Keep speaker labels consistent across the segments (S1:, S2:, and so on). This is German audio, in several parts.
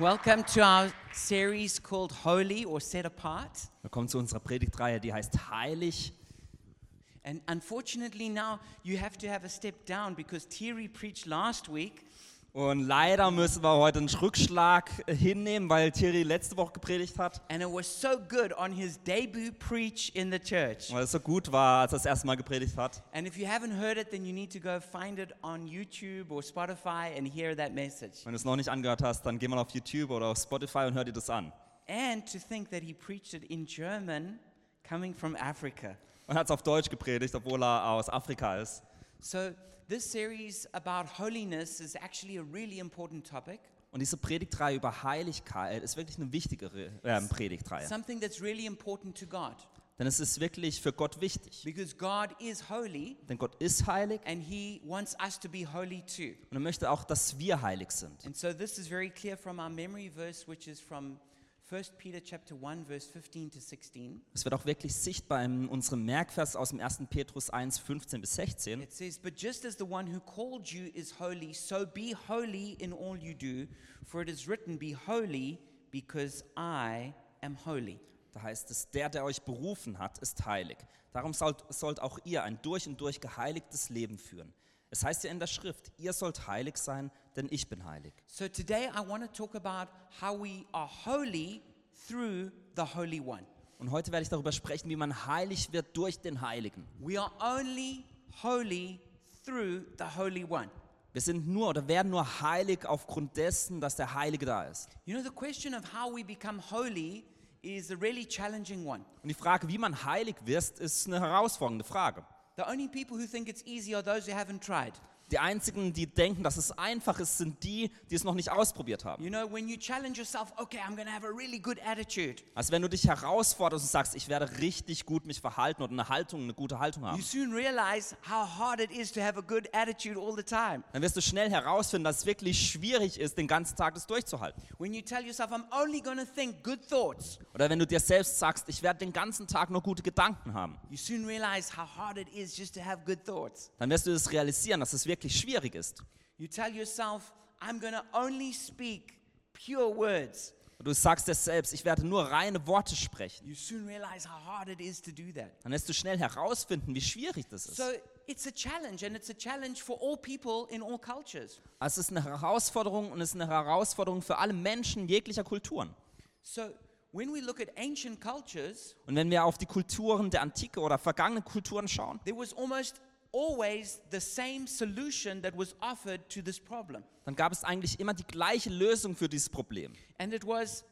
S1: Welcome to our series called Holy or Set Apart.
S2: Willkommen zu unserer Predigtreihe, die heißt Heilig.
S1: And unfortunately, now you have to have a step down because Thierry preached last week
S2: Und leider müssen wir heute einen Rückschlag hinnehmen, weil Thierry letzte Woche gepredigt hat.
S1: and it was so good on his debut preach in the church.
S2: Weil es so gut war, als er das erste Mal gepredigt hat.
S1: And if you haven't heard it, then you need to go find it on YouTube or Spotify and hear that message.
S2: Wenn du es noch nicht angehört hast, dann geh mal auf YouTube oder auf Spotify und hör dir das an.
S1: And to think that he preached it in German coming from Africa.
S2: Und hat es auf Deutsch gepredigt, obwohl er aus Afrika ist.
S1: So, this series about holiness is actually a really important topic.
S2: Und diese Predigtreihe über Heiligkeit ist wirklich eine wichtigere äh, Predigtreihe.
S1: Something that's really important to God
S2: Denn es ist wirklich für Gott wichtig.
S1: because God is holy
S2: Denn Gott ist heilig
S1: and He wants us to be holy too.
S2: und er möchte auch, dass wir heilig sind.
S1: And so this is very clear from our memory verse, which is from 1 Peter chapter 1, verse 15 to 16.
S2: Es wird auch wirklich sichtbar in unserem Merkvers aus dem 1. Petrus 1, 15 bis 16.
S1: It says, But just as the one who called you is holy, so be holy in all you do, for it is written, Be holy, because I am holy.
S2: Da heißt es, der, der euch berufen hat, ist heilig. Darum sollt, sollt auch ihr ein durch und durch geheiligtes Leben führen. Es heißt ja in der Schrift, ihr sollt heilig sein, denn ich bin heilig.
S1: So today I want to talk about how we are holy through the Holy One.
S2: Und heute werde ich darüber sprechen, wie man heilig wird durch den Heiligen.
S1: We are only holy through the Holy One.
S2: Wir sind nur oder werden nur heilig aufgrund dessen, dass der Heilige da ist.
S1: You know, the question of how we become holy is a really challenging one.
S2: Und die Frage, wie man heilig wirst, ist eine herausfordernde Frage.
S1: The only people who think it's easy are those who haven't tried.
S2: Die einzigen, die denken, dass es einfach ist, sind die, die es noch nicht ausprobiert haben.
S1: You know, when you challenge yourself, okay, I'm going to have a really good attitude,
S2: Also wenn du dich herausforderst und sagst, ich werde richtig gut mich verhalten oder eine Haltung, eine gute Haltung haben.
S1: you soon realize how hard it is to have a good attitude all the time.
S2: dann wirst du schnell herausfinden, dass es wirklich schwierig ist, den ganzen Tag das durchzuhalten.
S1: When you tell yourself, I'm only going to think good thoughts,
S2: Oder wenn du dir selbst sagst, ich werde den ganzen Tag nur gute Gedanken haben,
S1: you soon realize how hard it is just to have good thoughts.
S2: dann wirst du das realisieren, dass es wirklich schwierig ist.
S1: You tell yourself, I'm going to only speak pure words.
S2: Und du sagst dir selbst, ich werde nur reine Worte sprechen.
S1: You soon realize how hard it is to do that.
S2: Dann wirst du schnell herausfinden, wie schwierig das ist.
S1: So it's a challenge, and it's a challenge for all people in all cultures.
S2: Also es ist eine Herausforderung und es ist eine Herausforderung für alle Menschen jeglicher Kulturen.
S1: So when we look at ancient cultures,
S2: Und wenn wir auf die Kulturen der Antike oder vergangenen Kulturen schauen,
S1: there was almost always the same solution that was offered to this problem.
S2: dann gab es eigentlich immer die gleiche Lösung für dieses Problem.
S1: And it was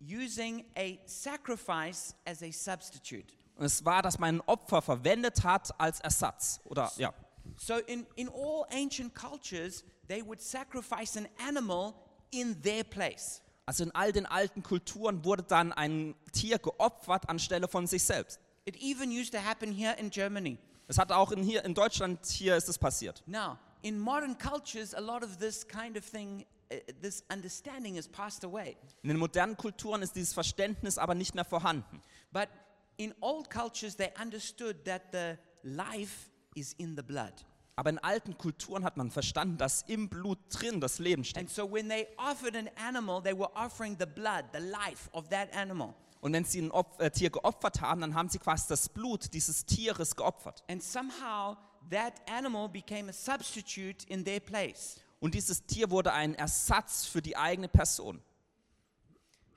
S1: using a sacrifice as a substitute.
S2: Und es war, dass man ein Opfer verwendet hat als Ersatz. Oder ja.
S1: So in, in all ancient cultures, they would sacrifice an animal in their place.
S2: Also in all den alten Kulturen wurde dann ein Tier geopfert anstelle von sich selbst.
S1: It even used to happen here in Germany.
S2: Es hat auch in hier in Deutschland hier ist es passiert.
S1: Now, in modern cultures, a lot of this kind of thing, uh, this understanding has passed away.
S2: In den modernen Kulturen ist dieses Verständnis aber nicht mehr vorhanden.
S1: But in old cultures, they understood that the life is in the blood.
S2: Aber in alten Kulturen hat man verstanden, dass im Blut drin das Leben steckt.
S1: And so when they offered an animal, they were offering the blood, the life of that animal.
S2: Und wenn sie ein Opf äh, Tier geopfert haben, dann haben sie quasi das Blut dieses Tieres geopfert.
S1: And somehow that animal became a substitute in their place.
S2: Und dieses Tier wurde ein Ersatz für die eigene Person.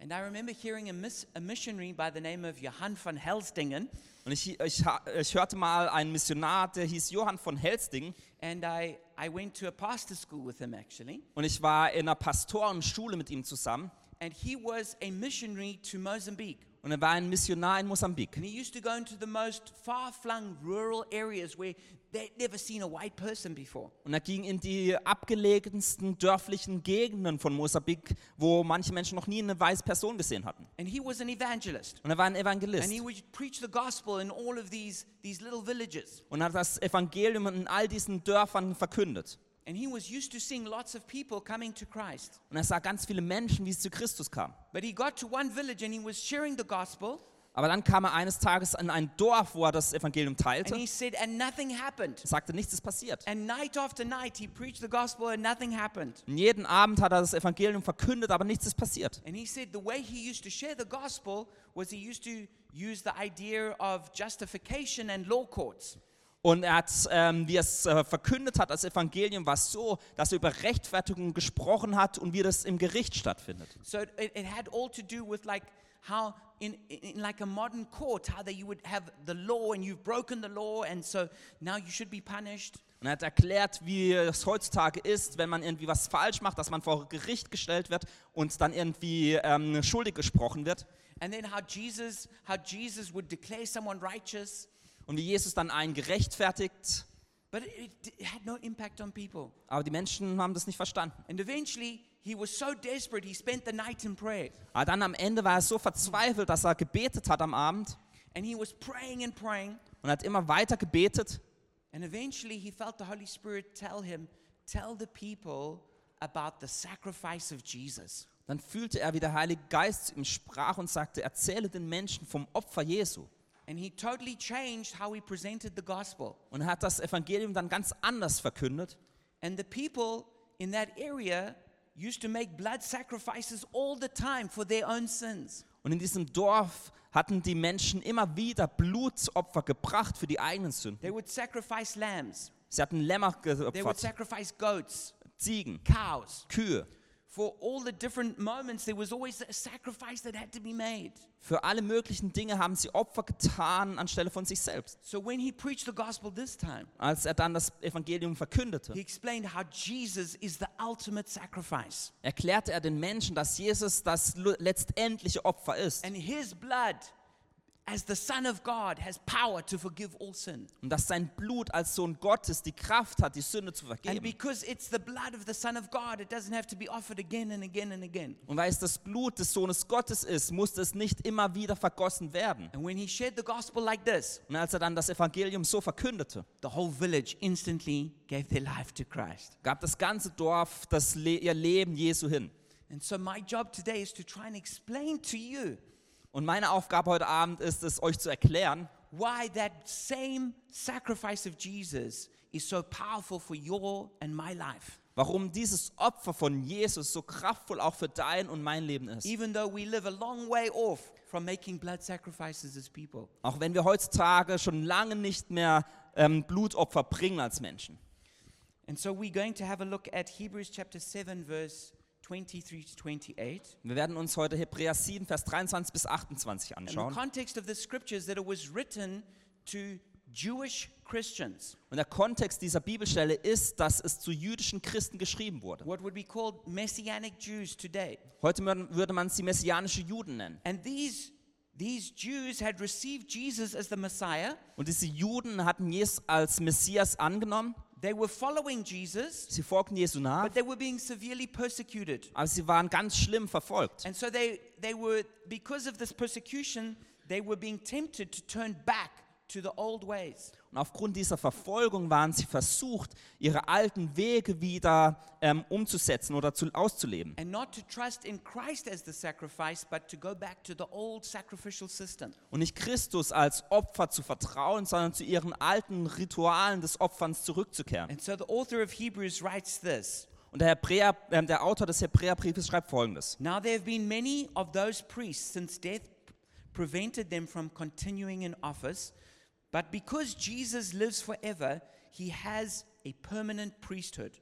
S1: And I remember hearing a, miss, a missionary by the name of Johann von Helstingen,
S2: Und ich, ich, ha- ich hörte mal einen Missionar, der hieß Johann von Helsting.
S1: and I, I went to a pastor school with him actually.
S2: Und ich war in einer Pastorenschule mit ihm zusammen.
S1: And he was a missionary to Mozambique.
S2: Und er war ein Missionar in Mosambik.
S1: And he used to go into the most far flung rural areas where they'd never seen a white person before.
S2: Und er ging in die abgelegensten dörflichen Gegenden von Mosambik, wo manche Menschen noch nie eine weiße Person gesehen hatten.
S1: And he was an evangelist.
S2: Und er war ein
S1: And
S2: Evangelist.
S1: he would preach the gospel in all of these, these little villages.
S2: Und hat das Evangelium in all diesen Dörfern verkündet.
S1: And he was used to seeing lots of people coming to Christ.
S2: Und er sah ganz viele Menschen, wie es zu Christus kam.
S1: But he got to one village and he was sharing the gospel.
S2: Aber dann kam er eines Tages in ein Dorf, wo er das Evangelium
S1: And
S2: teilte.
S1: he said, and nothing happened.
S2: Er sagte, nichts ist passiert.
S1: And night after night, he preached the gospel and nothing happened.
S2: Und jeden Abend hat er das Evangelium verkündet, aber nichts ist passiert.
S1: And he said the way he used to share the gospel was he used to use the idea of justification and law courts.
S2: Und er hat, ähm, wie er es äh, verkündet hat, das Evangelium war es so, dass er über Rechtfertigung gesprochen hat und wie das im Gericht stattfindet.
S1: So it- it, it had all to do with like how in, in in like a modern court, how that you would have the law and you've broken the law and so now you should be punished.
S2: Und er hat erklärt, wie es heutzutage ist, wenn man irgendwie was falsch macht, dass man vor Gericht gestellt wird und dann irgendwie ähm, schuldig gesprochen wird.
S1: And then how Jesus how Jesus would declare someone righteous,
S2: Und wie Jesus dann einen gerechtfertigt.
S1: but it, it had no impact on people.
S2: Aber die Menschen haben das nicht verstanden.
S1: And eventually he was so desperate he spent the night in prayer.
S2: Aber dann am Ende war er so verzweifelt, dass er gebetet hat am Abend
S1: And he was praying and praying
S2: und hat immer weiter gebetet.
S1: And eventually he felt the Holy Spirit tell him, Tell the people about the sacrifice of Jesus.
S2: Dann fühlte er, wie der Heilige Geist zu ihm sprach und sagte, erzähle den Menschen vom Opfer Jesu.
S1: And he totally changed how he presented the gospel.
S2: Und er hat das Evangelium dann ganz anders verkündet.
S1: And the people in that area used to make blood sacrifices all the time for their own sins.
S2: Und in diesem Dorf hatten die Menschen immer wieder Blutsopfer gebracht für die eigenen Sünden.
S1: They would sacrifice lambs,
S2: Sie hatten Lämmer
S1: they would
S2: geopfert,
S1: sacrifice goats,
S2: Ziegen,
S1: cows.
S2: Kühe.
S1: For all the different moments, there was always a sacrifice that had to be made.
S2: Für alle möglichen Dinge haben sie Opfer getan anstelle von sich selbst.
S1: So when he preached the gospel this time,
S2: Als er dann das Evangelium verkündete,
S1: he explained how Jesus is the ultimate sacrifice.
S2: erklärte er den Menschen, dass Jesus das lu- letztendliche Opfer ist
S1: And his blood, as the Son of God, has power to forgive all sin.
S2: und dass sein Blut als Sohn Gottes die Kraft hat, die Sünde zu
S1: And
S2: vergeben.
S1: because it's the blood of the Son of God, it doesn't have to be offered again and again and again.
S2: Und weil es das Blut des Sohnes Gottes ist, musste es nicht immer wieder vergossen werden.
S1: And when he shared the gospel like this,
S2: Und als er dann das Evangelium so verkündete,
S1: the whole village instantly gave their life to Christ.
S2: gab das ganze Dorf das Le ihr Leben Jesu hin.
S1: And so, my job today is to try and explain to you
S2: Und meine Aufgabe heute Abend ist es, euch zu erklären,
S1: why that same sacrifice of Jesus is so powerful for your and my life,
S2: warum dieses Opfer von Jesus so kraftvoll auch für dein und mein Leben ist.
S1: even though we live a long way off from making blood sacrifices as people.
S2: Auch wenn wir heutzutage schon lange nicht mehr ähm, Blutopfer bringen als Menschen.
S1: And so we're going to have a look at Hebrews chapter 7, verse 23 to 28.
S2: Wir werden uns heute Hebräer 7, Vers 23 bis 28
S1: And the
S2: anschauen.
S1: context of the scriptures that it was written to Jewish Christians,
S2: Und der Kontext dieser Bibelstelle ist, dass es zu jüdischen Christen geschrieben wurde.
S1: what would be called Messianic Jews today.
S2: Heute mör- würde man sie messianische Juden nennen.
S1: And these, these Jews had received Jesus as the Messiah.
S2: Und diese Juden hatten Jesus als Messias angenommen.
S1: They were following Jesus,
S2: Sie folgten Jesu nach.
S1: but they were being severely persecuted.
S2: Aber sie waren ganz schlimm verfolgt.
S1: And so they, they were, because of this persecution, they were being tempted to turn back to the old ways.
S2: Und aufgrund dieser Verfolgung waren sie versucht, ihre alten Wege wieder ähm, umzusetzen oder zu, auszuleben.
S1: and not to trust in Christ as the sacrifice, but to go back to the old sacrificial system.
S2: Und nicht Christus als Opfer zu vertrauen, sondern zu ihren alten Ritualen des Opferns zurückzukehren.
S1: And so the author of Hebrews writes this
S2: Und der, Hebräer, ähm, der Autor des Hebräerbriefes schreibt folgendes.
S1: Now there have been many of those priests since death prevented them from continuing in office, but because Jesus lives forever, he has a permanent priesthood.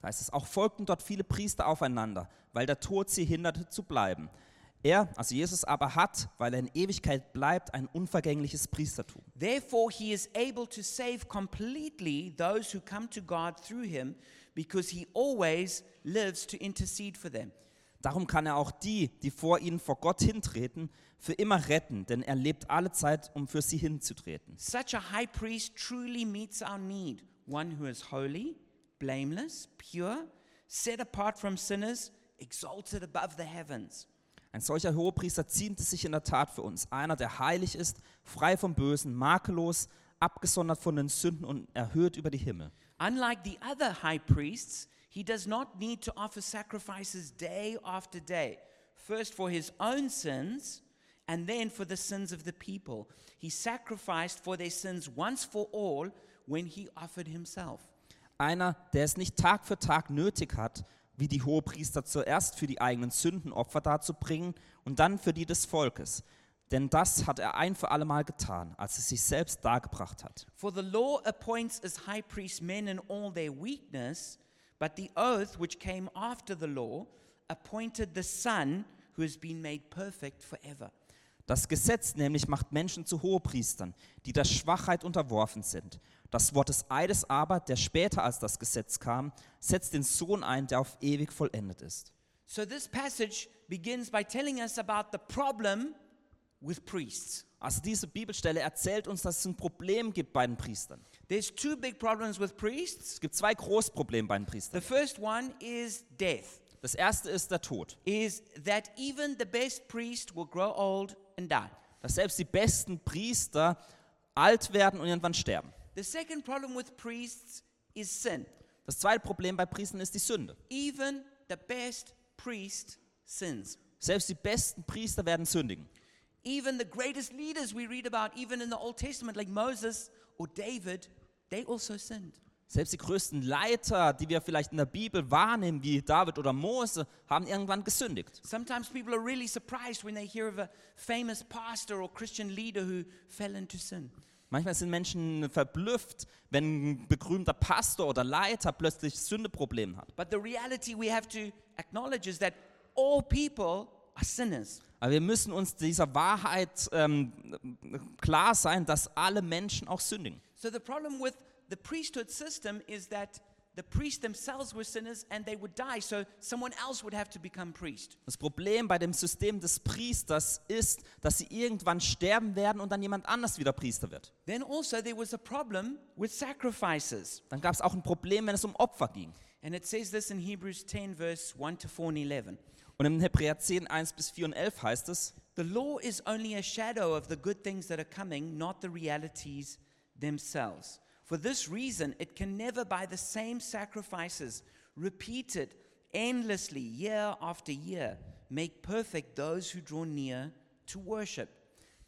S2: Da heißt es, auch folgten dort viele Priester aufeinander, weil der Tod sie hinderte zu bleiben. Er, also Jesus aber, hat, weil er in Ewigkeit bleibt, ein unvergängliches Priestertum.
S1: Therefore, he is able to save completely those who come to God through him, because he always lives to intercede for them.
S2: Darum kann er auch die, die vor ihnen vor Gott hintreten, für immer retten, denn er lebt alle Zeit, um für sie hinzutreten.
S1: Such a high priest truly meets our need, one who is holy, blameless, pure, set apart from sinners, exalted above the heavens.
S2: Ein solcher Hohepriester ziemt es sich in der Tat für uns, einer, der heilig ist, frei vom Bösen, makellos, abgesondert von den Sünden und erhöht über die Himmel.
S1: Unlike the other high priests, he does not need to offer sacrifices day after day, first for his own sins and then for the sins of the people. He sacrificed for their sins once for all when he offered himself.
S2: Einer, der es nicht Tag für Tag nötig hat, wie die Hohepriester zuerst für die eigenen Sünden Opfer darzubringen und dann für die des Volkes. Denn das hat er ein für allemal getan, als er sich selbst dargebracht hat.
S1: For the law appoints as high priests men in all their weakness, but the oath which came after the law appointed the Son who has been made perfect forever.
S2: Das Gesetz nämlich macht Menschen zu Hohepriestern, die der Schwachheit unterworfen sind. Das Wort des Eides aber, der später als das Gesetz kam, setzt den Sohn ein, der auf ewig vollendet ist.
S1: So this passage begins by telling us about the problem with priests.
S2: Also diese Bibelstelle erzählt uns, dass es ein Problem gibt bei den Priestern.
S1: There's two big problems with priests.
S2: Es gibt zwei Großprobleme bei den Priestern.
S1: The first one is death,
S2: Das erste ist der Tod.
S1: is that even the best priest will grow old and die.
S2: Dass selbst die besten Priester alt werden und irgendwann sterben.
S1: The second problem with priests is sin.
S2: Das zweite Problem bei Priestern ist die Sünde.
S1: Even the best priest sins.
S2: Selbst die besten Priester werden sündigen.
S1: Even the greatest leaders we read about, even in the Old Testament, like Moses or David, they also sinned.
S2: Selbst die größten Leiter, die wir vielleicht in der Bibel wahrnehmen, wie David oder Mose, haben irgendwann gesündigt.
S1: Sometimes people are really surprised when they hear of a famous pastor or Christian leader who fell into sin.
S2: Manchmal sind Menschen verblüfft, wenn ein berühmter Pastor oder Leiter plötzlich Sündeprobleme hat.
S1: But the reality we have to acknowledge is that all people are sinners.
S2: Aber wir müssen uns dieser Wahrheit ähm, klar sein, dass alle Menschen auch sündigen.
S1: So the problem with the priesthood system is that the priests themselves were sinners and they would die, so someone else would have to become priest.
S2: Das Problem bei dem System des Priesters ist, dass sie irgendwann sterben werden und dann jemand anders wieder Priester wird.
S1: Then also there was a problem with sacrifices.
S2: Dann gab es auch ein Problem, wenn es um Opfer ging.
S1: And it says this in Hebrews 10, verse 1 to 4 and 11.
S2: Und im Hebräer 10, 1 bis 4 und 11 heißt es,
S1: The law is only a shadow of the good things that are coming, not the realities themselves. For this reason, it can never, by the same sacrifices repeated endlessly year after year, make perfect those who draw near to worship.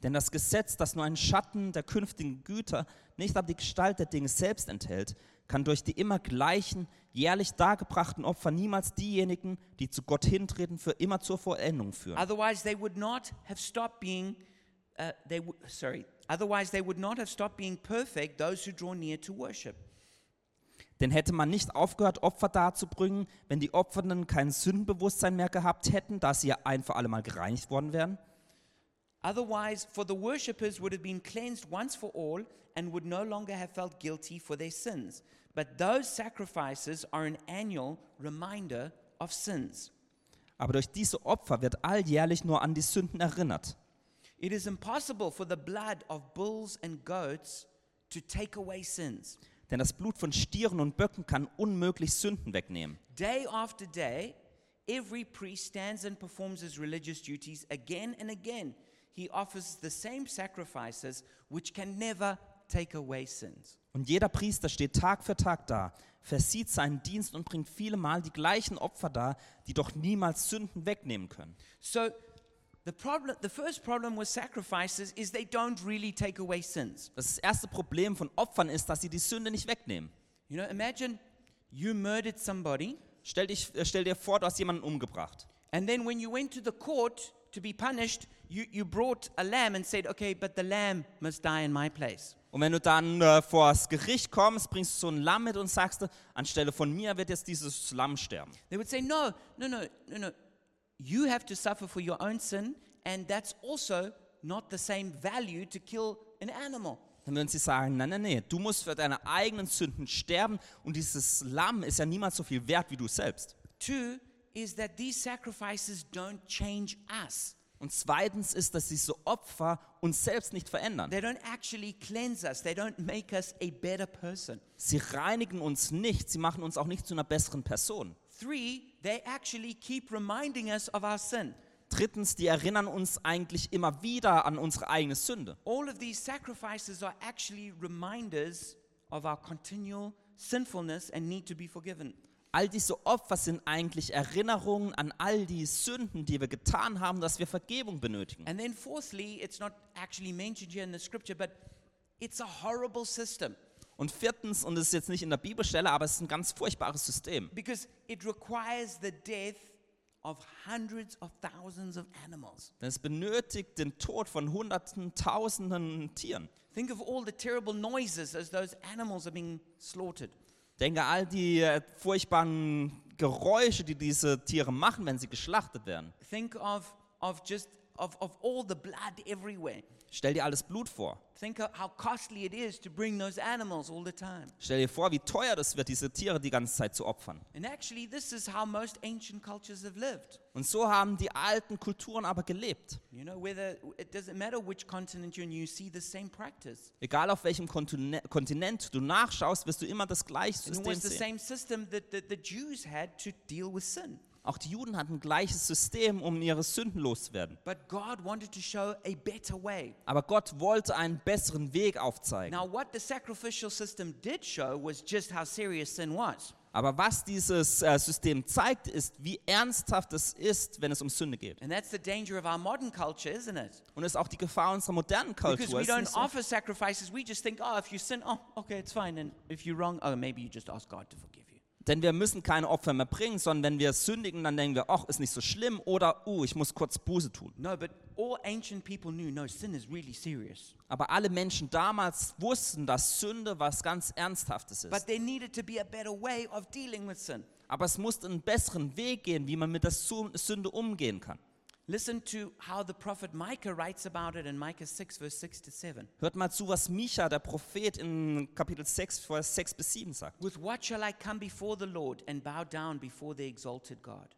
S2: Denn das Gesetz, das nur einen Schatten der künftigen Güter, nicht aber die Gestalt der Dinge selbst enthält, kann durch die immer gleichen, jährlich dargebrachten Opfer niemals diejenigen, die zu Gott hintreten, für immer zur Vollendung führen.
S1: Otherwise, they would not have stopped being. Uh, they w- sorry. Otherwise, they would not have stopped being perfect those who draw near to worship.
S2: Denn hätte man nicht aufgehört, Opfer darzubringen, wenn die Opfernden kein Sündenbewusstsein mehr gehabt hätten, da sie ja ein für allemal gereinigt worden wären?
S1: Otherwise, for the worshippers would have been cleansed once for all and would no longer have felt guilty for their sins. But those sacrifices are an annual reminder of sins.
S2: Aber durch diese Opfer wird alljährlich nur an die Sünden erinnert.
S1: It is impossible for the blood of bulls and goats to take away sins.
S2: Denn das Blut von Stieren und Böcken kann unmöglich Sünden wegnehmen.
S1: Day after day, every priest stands and performs his religious duties again and again. He offers the same sacrifices which can never take away sins.
S2: Und jeder Priester steht Tag für Tag da, versieht seinen Dienst und bringt viele Mal die gleichen Opfer dar, die doch niemals Sünden wegnehmen können.
S1: So the problem the first problem with sacrifices is they don't really take away sins.
S2: Das erste Problem von Opfern ist, dass sie die Sünde nicht wegnehmen.
S1: You know, imagine you murdered somebody
S2: Stell, dich, äh, stell dir vor, du hast jemanden umgebracht.
S1: and then when you went to the court to be punished, you, you brought a lamb and said, Okay, but the lamb must die in my place.
S2: Und wenn du dann äh, vor das Gericht kommst, bringst du so ein Lamm mit und sagst, äh, anstelle von mir wird jetzt dieses Lamm sterben.
S1: They would say, No, no, no, no, no. You have to suffer for your own sin, and that's also not the same value to kill an animal.
S2: Dann würden sie sagen, nein, nein, nein, du musst für deine eigenen Sünden sterben und dieses Lamm ist ja niemals so viel wert wie du selbst.
S1: Two is that these sacrifices don't change us.
S2: Und zweitens ist, dass diese Opfer uns selbst nicht verändern.
S1: They don't actually cleanse us. They don't make us a better person.
S2: Sie reinigen uns nicht, sie machen uns auch nicht zu einer besseren Person.
S1: Three, they actually keep reminding us of our sin.
S2: Drittens, die erinnern uns eigentlich immer wieder an unsere eigene Sünde.
S1: All of these sacrifices are actually reminders of our continual sinfulness and need to be forgiven.
S2: All diese Opfer sind eigentlich Erinnerungen an all die Sünden, die wir getan haben, dass wir Vergebung benötigen.
S1: And then, fourthly, it's not actually mentioned here in the scripture, but it's a horrible system
S2: Und viertens, und es ist jetzt nicht in der Bibelstelle, aber es ist ein ganz furchtbares System,
S1: because it requires the death of hundreds of thousands of animals.
S2: denn es benötigt den Tod von Hunderten, Tausenden Tieren.
S1: Think of all the terrible noises as those animals are being slaughtered.
S2: Denke an all die äh, furchtbaren Geräusche, die diese Tiere machen, wenn sie geschlachtet werden.
S1: Think of, of just of, of all the blood everywhere.
S2: Stell dir alles Blut vor.
S1: Think of how costly it is to bring those animals all the time.
S2: Stell dir vor, wie teuer das wird, diese Tiere die ganze Zeit zu opfern.
S1: And actually, this is how most ancient cultures have lived.
S2: Und so haben die alten Kulturen aber gelebt.
S1: You know, whether it doesn't matter which continent you're in, you see the same practice.
S2: Egal auf welchem Kontine Kontinent du nachschaust, wirst du immer das gleiche
S1: And it
S2: System
S1: was the
S2: sehen.
S1: same system that, that the Jews had to deal with sin.
S2: Auch die Juden hatten ein gleiches System, um ihre Sünden loszuwerden.
S1: But God wanted to show a better way.
S2: Aber Gott wollte einen besseren Weg aufzeigen.
S1: Now, what the sacrificial system did show was just how serious sin was.
S2: Aber was dieses äh, System zeigt, ist, wie ernsthaft es ist, wenn es um Sünde geht.
S1: And that's the danger of our modern culture, isn't it?
S2: Und es ist auch die Gefahr unserer modernen
S1: Because
S2: Kultur.
S1: we
S2: Es ist
S1: don't
S2: nicht so,
S1: offer sacrifices. We just think, oh, if you sin, oh, okay, it's fine. And if you're wrong, oh, maybe you just ask God to forgive you.
S2: denn wir müssen keine Opfer mehr bringen, sondern wenn wir sündigen, dann denken wir, ach, ist nicht so schlimm oder, uh, ich muss kurz Buße tun.
S1: No, but all ancient people knew, no, sin is really serious.
S2: Aber alle Menschen damals wussten, dass Sünde was ganz Ernsthaftes
S1: But
S2: ist.
S1: there needed to be a better way of dealing with sin.
S2: Aber es musste einen besseren Weg gehen, wie man mit der Su- Sünde umgehen kann.
S1: Listen to how the prophet Micah writes about it in Micah 6, verse 6 to 7.
S2: Hört mal zu, was Micha, der Prophet, in Kapitel 6, Vers 6 bis 7 sagt.
S1: With what shall I come before the Lord and bow down before the exalted God?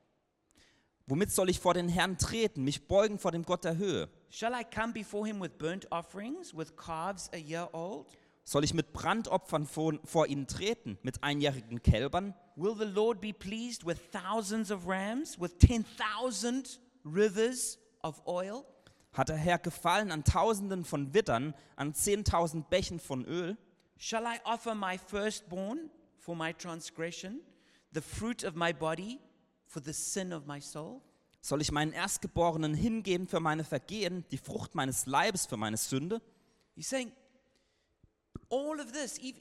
S2: Womit soll ich vor den Herrn treten, mich beugen vor dem Gott der Höhe?
S1: Shall I come before him with burnt offerings, with calves a year old?
S2: Soll ich mit Brandopfern vor, vor ihnen treten, mit einjährigen Kälbern?
S1: Will the Lord be pleased with thousands of rams, with 10,000 rivers of oil?
S2: Hat der Herr Gefallen an Tausenden von Wittern, an zehntausend Bächen von Öl?
S1: Shall I offer my firstborn for my transgression, the fruit of my body for the sin of my soul?
S2: Soll ich meinen Erstgeborenen hingeben für meine Vergehen, die Frucht meines Leibes für meine Sünde?
S1: He's saying, all of this, ev-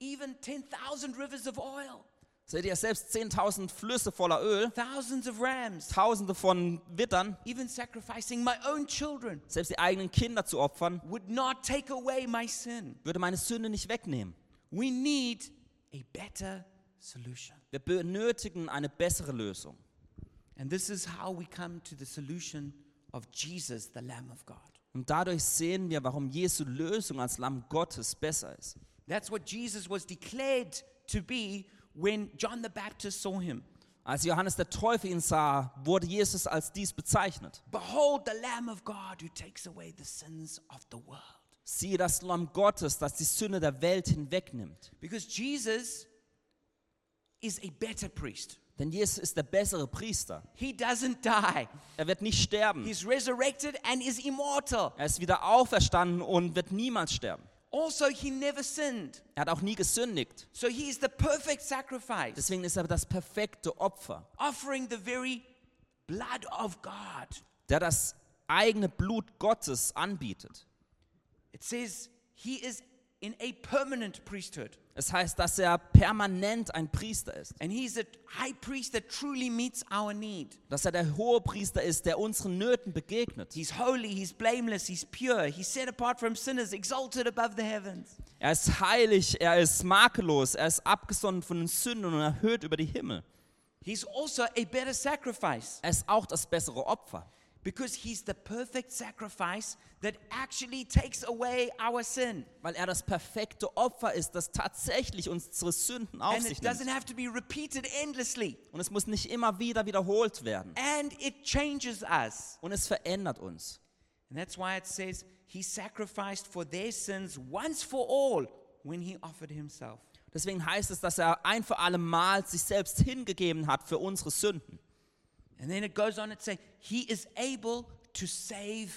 S1: even 10,000 rivers of oil,
S2: Seht ihr selbst zehntausend Flüsse voller Öl,
S1: thousands of rams,
S2: tausende von Wittern,
S1: even sacrificing my own children,
S2: selbst die eigenen Kinder zu opfern,
S1: would not take away my sin.
S2: würde meine Sünde nicht wegnehmen.
S1: We need a better solution.
S2: Wir benötigen eine bessere Lösung.
S1: And this is how we come to the solution of Jesus, the Lamb of God.
S2: Und dadurch sehen wir, warum Jesu Lösung als Lamm Gottes besser ist.
S1: That's what Jesus was declared to be when John the Baptist saw him.
S2: Als Johannes der Täufer ihn sah, wurde Jesus als dies bezeichnet.
S1: Behold, the Lamb of God who takes away the sins of the world.
S2: Siehe das Lamm Gottes, das die Sünde der Welt hinwegnimmt.
S1: Because Jesus is a better priest.
S2: Denn Jesus ist der bessere Priester.
S1: He doesn't die,
S2: Er wird nicht sterben.
S1: he's resurrected and is immortal.
S2: Er ist wieder auferstanden und wird niemals sterben.
S1: Also, he never sinned.
S2: Er hat auch nie gesündigt.
S1: So, he is the perfect sacrifice,
S2: Deswegen ist er das perfekte Opfer,
S1: offering the very blood of God.
S2: der das eigene Blut Gottes anbietet.
S1: It says he is in a permanent priesthood,
S2: Es heißt, dass er permanent ein Priester ist.
S1: and he's a high priest that truly meets our need.
S2: Dass er der hohe Priester ist, der unseren Nöten begegnet.
S1: He's holy, he's blameless, he's pure, he's set apart from sinners, exalted above the heavens.
S2: Er ist heilig, er ist makellos, er ist abgesondert von den Sünden und erhöht über die Himmel.
S1: He's also a better sacrifice
S2: Er ist auch das bessere Opfer,
S1: because he's the perfect sacrifice that actually takes away our sin.
S2: weil er das perfekte Opfer ist, das tatsächlich unsere Sünden auf
S1: And
S2: sich
S1: it doesn't
S2: nimmt.
S1: have to be repeated endlessly.
S2: Und es muss nicht immer wieder wiederholt werden.
S1: And it changes us.
S2: Und es verändert uns.
S1: And that's why it says he sacrificed for their sins once for all when he offered himself.
S2: Deswegen heißt es, dass er ein für alle Mal sich selbst hingegeben hat für unsere Sünden.
S1: And then it goes on and say, He is able to save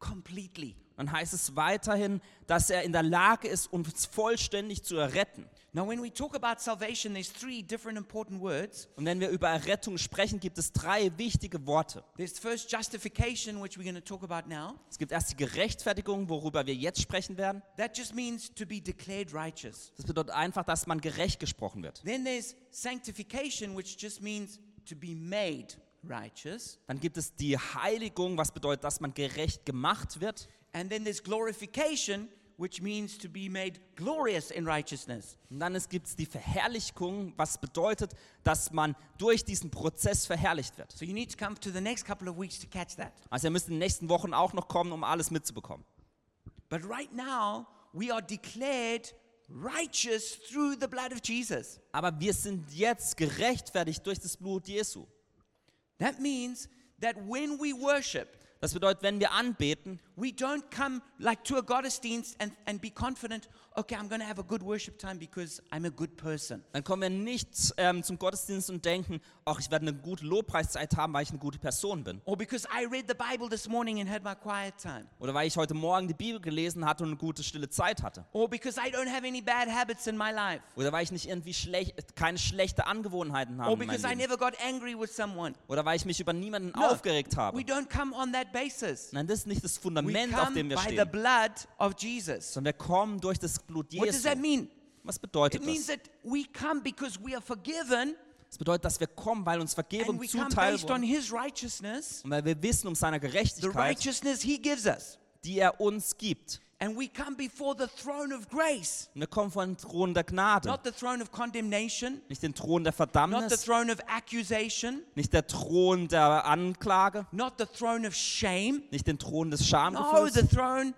S1: completely.
S2: Dann heißt es weiterhin, dass er in der Lage ist, uns vollständig zu erretten.
S1: Now, when we talk about salvation, there's three different important words.
S2: Und wenn wir über Errettung sprechen, gibt es drei wichtige Worte.
S1: There's first justification, which we're going to talk about now.
S2: Es gibt erst die Gerechtfertigung, worüber wir jetzt sprechen werden.
S1: That just means to be declared righteous.
S2: Das bedeutet einfach, dass man gerecht gesprochen wird.
S1: Then there's sanctification, which just means to be made righteous.
S2: Dann gibt es die Heiligung, was bedeutet, dass man gerecht gemacht wird.
S1: And then there's glorification, which means to be made glorious in righteousness.
S2: Und dann gibt es die Verherrlichung, was bedeutet, dass man durch diesen Prozess verherrlicht wird.
S1: So you need to come to the next couple of weeks to catch that.
S2: Also ihr müsst in den nächsten Wochen auch noch kommen, um alles mitzubekommen.
S1: But right now, we are declared righteous through the blood of Jesus.
S2: Aber wir sind jetzt gerechtfertigt durch das Blut Jesu.
S1: That means that when we worship,
S2: Das bedeutet, wenn wir anbeten,
S1: we don't come like to a Gottesdienst and, and be confident, okay, I'm going to have a good worship time because I'm a good person.
S2: dann kommen wir nicht ähm, zum Gottesdienst und denken, ach, ich werde eine gute Lobpreiszeit haben, weil ich eine gute Person bin.
S1: Or because I read the Bible this morning and had my quiet time.
S2: Oder weil ich heute Morgen die Bibel gelesen hatte und eine gute stille Zeit hatte.
S1: Or because I don't have any bad habits in my life.
S2: Oder weil ich nicht irgendwie schlecht, keine schlechte Angewohnheiten habe.
S1: Or
S2: In meinem
S1: Oh, because I
S2: Leben.
S1: never got angry with someone.
S2: Oder weil ich mich über niemanden
S1: No,
S2: aufgeregt habe.
S1: We don't come on that basis.
S2: Nein, das ist nicht das
S1: We
S2: Fundament, auf
S1: come
S2: dem wir
S1: by the
S2: stehen,
S1: blood of Jesus.
S2: sondern wir kommen durch das Blut
S1: What does that
S2: Jesu.
S1: mean?
S2: Was bedeutet
S1: It means
S2: das?
S1: that we come because we are forgiven
S2: Das bedeutet, dass wir kommen, weil uns
S1: and
S2: Vergebung
S1: we come
S2: zuteil
S1: based on
S2: wurde
S1: his righteousness,
S2: und weil wir wissen um seiner
S1: the
S2: Gerechtigkeit,
S1: righteousness he gives us.
S2: die er uns gibt.
S1: And we come before the throne of grace,
S2: Und wir kommen vor den Thron der Gnade,
S1: not the throne of condemnation,
S2: nicht den Thron der
S1: not the
S2: Verdammnis,
S1: throne of accusation,
S2: nicht der Thron der Anklage,
S1: not the throne of shame.
S2: nicht den Thron des
S1: No, the
S2: Schamgefühls.
S1: throne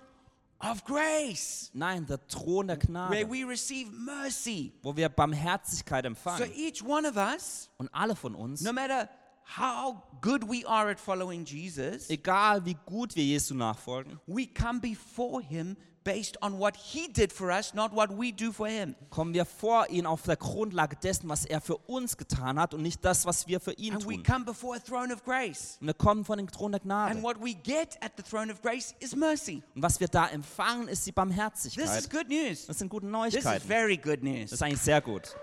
S1: of grace,
S2: Nein, der Thron der
S1: where
S2: Gnade,
S1: we receive mercy.
S2: wo wir Barmherzigkeit
S1: So Ne-
S2: empfangen.
S1: each one of us,
S2: Und alle von uns,
S1: no matter how good we are at following Jesus,
S2: egal wie gut wir Jesu nachfolgen,
S1: we come before him based on what he did for us, not what we do for him.
S2: kommen wir vor ihn auf der Grundlage dessen, was er für uns getan hat und nicht das, was wir für ihn
S1: And we
S2: tun.
S1: come before a throne of grace.
S2: Und wir kommen von dem Thron der
S1: And
S2: Gnade.
S1: what we get at the throne of grace is mercy.
S2: Und was wir da empfangen, ist
S1: This
S2: die
S1: is
S2: Barmherzigkeit.
S1: good news.
S2: Das sind gute
S1: This is
S2: Neuigkeiten.
S1: very good
S2: Das
S1: news.
S2: ist eigentlich sehr gut.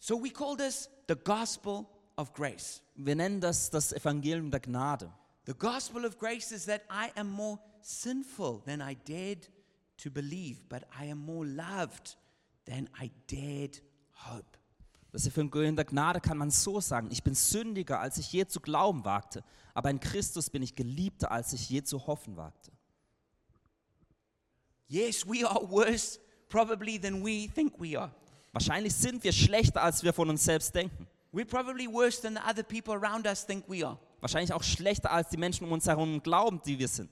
S1: So we call this the gospel of grace.
S2: Wir nennen das das Evangelium der Gnade.
S1: The gospel of grace is that I am more sinful than I dared to believe, but I am more loved than I dared hope.
S2: Das Evangelium der Gnade kann man so sagen, ich bin sündiger, als ich je zu glauben wagte, aber in Christus bin ich geliebter, als ich je zu hoffen wagte.
S1: Yes, we are worse probably than we think we are.
S2: Wahrscheinlich sind wir schlechter, als wir von uns selbst denken.
S1: We're probably worse than the other people around us think we are.
S2: Wahrscheinlich auch schlechter, als die Menschen um uns herum glauben, die wir sind.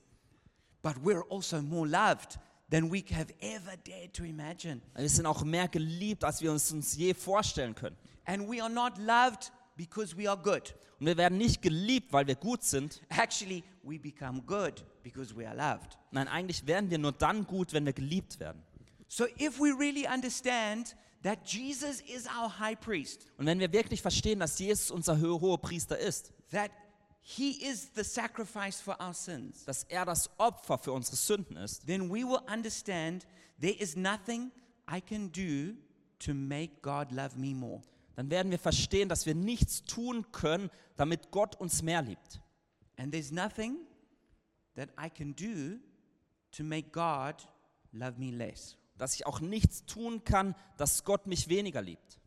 S1: But we're also more loved than we have ever dared to imagine.
S2: Wir sind auch mehr geliebt, als wir uns, uns je vorstellen können.
S1: And we are not loved because we are good.
S2: Und wir werden nicht geliebt, weil wir gut sind.
S1: Actually, we become good because we are loved.
S2: Nein, eigentlich werden wir nur dann gut, wenn wir geliebt werden.
S1: So if we really understand that Jesus is our high priest,
S2: Und wenn wir wirklich verstehen, dass Jesus unser hö- hoher Priester ist,
S1: that he is the sacrifice for our sins,
S2: dass er das Opfer für unsere Sünden ist,
S1: then we will understand there is nothing I can do to make God love me more.
S2: dann werden wir verstehen, dass wir nichts tun können, damit Gott uns mehr liebt.
S1: And there's nothing that I can do to make God love me less.
S2: Dass ich auch nichts tun kann, dass Gott mich weniger liebt.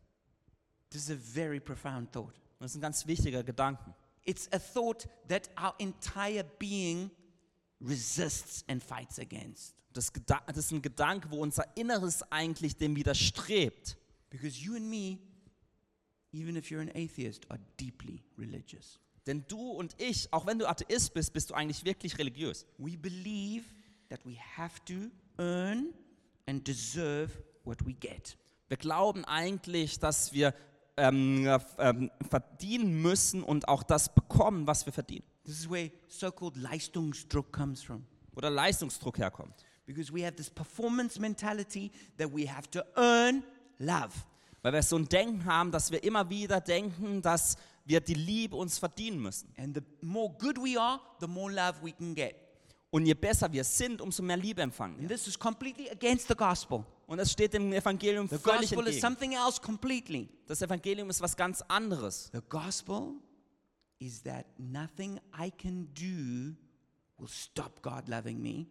S1: This is a very profound thought.
S2: Und das ist ein ganz wichtiger Gedanke.
S1: It's a thought that our entire being resists and fights against.
S2: Das, Geda das ist ein Gedanke, wo unser Inneres eigentlich dem widerstrebt.
S1: Because you and me, even if you're an atheist, are deeply religious.
S2: Denn du und ich, auch wenn du Atheist bist, bist du eigentlich wirklich religiös.
S1: We believe that we have to earn and deserve what we get.
S2: Wir glauben eigentlich, dass wir ähm, äh, ähm, verdienen müssen und auch das bekommen, was wir verdienen.
S1: This is where so called Leistungsdruck comes from.
S2: Wo der Leistungsdruck herkommt.
S1: Because we have this performance mentality that we have to earn love.
S2: Weil wir so ein Denken haben, dass wir immer wieder denken, dass wir die Liebe uns verdienen müssen.
S1: And the more good we are, the more love we can get.
S2: Und je besser wir sind, umso mehr Liebe empfangen
S1: And
S2: wir.
S1: this is completely against the gospel.
S2: Und das steht im Evangelium
S1: The
S2: völlig
S1: gospel is something
S2: entgegen.
S1: else completely.
S2: Das Evangelium ist was ganz anderes.
S1: The gospel is that nothing I can do will stop God loving me,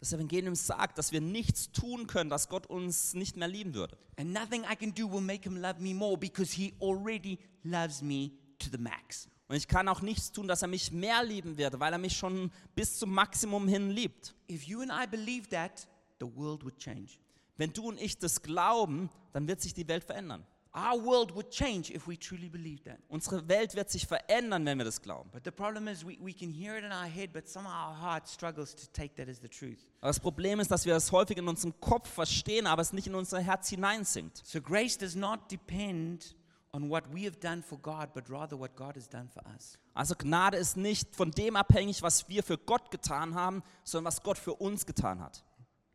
S2: Das Evangelium sagt, dass wir nichts tun können, dass Gott uns nicht mehr lieben würde.
S1: and nothing I can do will make him love me more because he already loves me to the max.
S2: Und ich kann auch nichts tun, dass er mich mehr lieben wird, weil er mich schon bis zum Maximum hin liebt.
S1: If you and I believe that, the world would change.
S2: Wenn du und ich das glauben, dann wird sich die Welt verändern.
S1: Our world would change if we truly believed that.
S2: Unsere Welt wird sich verändern, wenn wir das glauben.
S1: But the problem is, we, we can hear it in our head, but somehow our heart struggles to take that as the truth.
S2: Aber das Problem ist, dass wir das häufig in unserem Kopf verstehen, aber es nicht in unser Herz hineinsinkt.
S1: So grace does not depend on what we have done for God, but rather what God has done for us.
S2: Also Gnade ist nicht von dem abhängig, was wir für Gott getan haben, sondern was Gott für uns getan hat.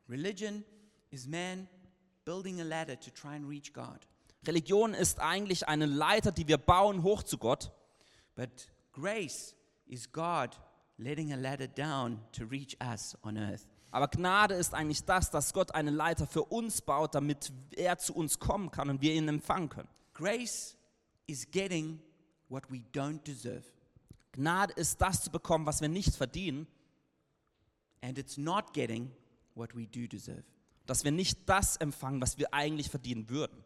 S1: Religion is man building a ladder to try and reach God.
S2: Religion ist eigentlich eine Leiter, die wir bauen hoch zu Gott,
S1: But grace is God letting a ladder down to reach us on earth.
S2: aber Gnade ist eigentlich das, dass Gott eine Leiter für uns baut, damit er zu uns kommen kann und wir ihn empfangen können.
S1: Grace is getting what we don't deserve.
S2: Gnade ist das zu bekommen, was wir nicht verdienen,
S1: And it's not getting what we do deserve.
S2: dass wir nicht das empfangen, was wir eigentlich verdienen würden.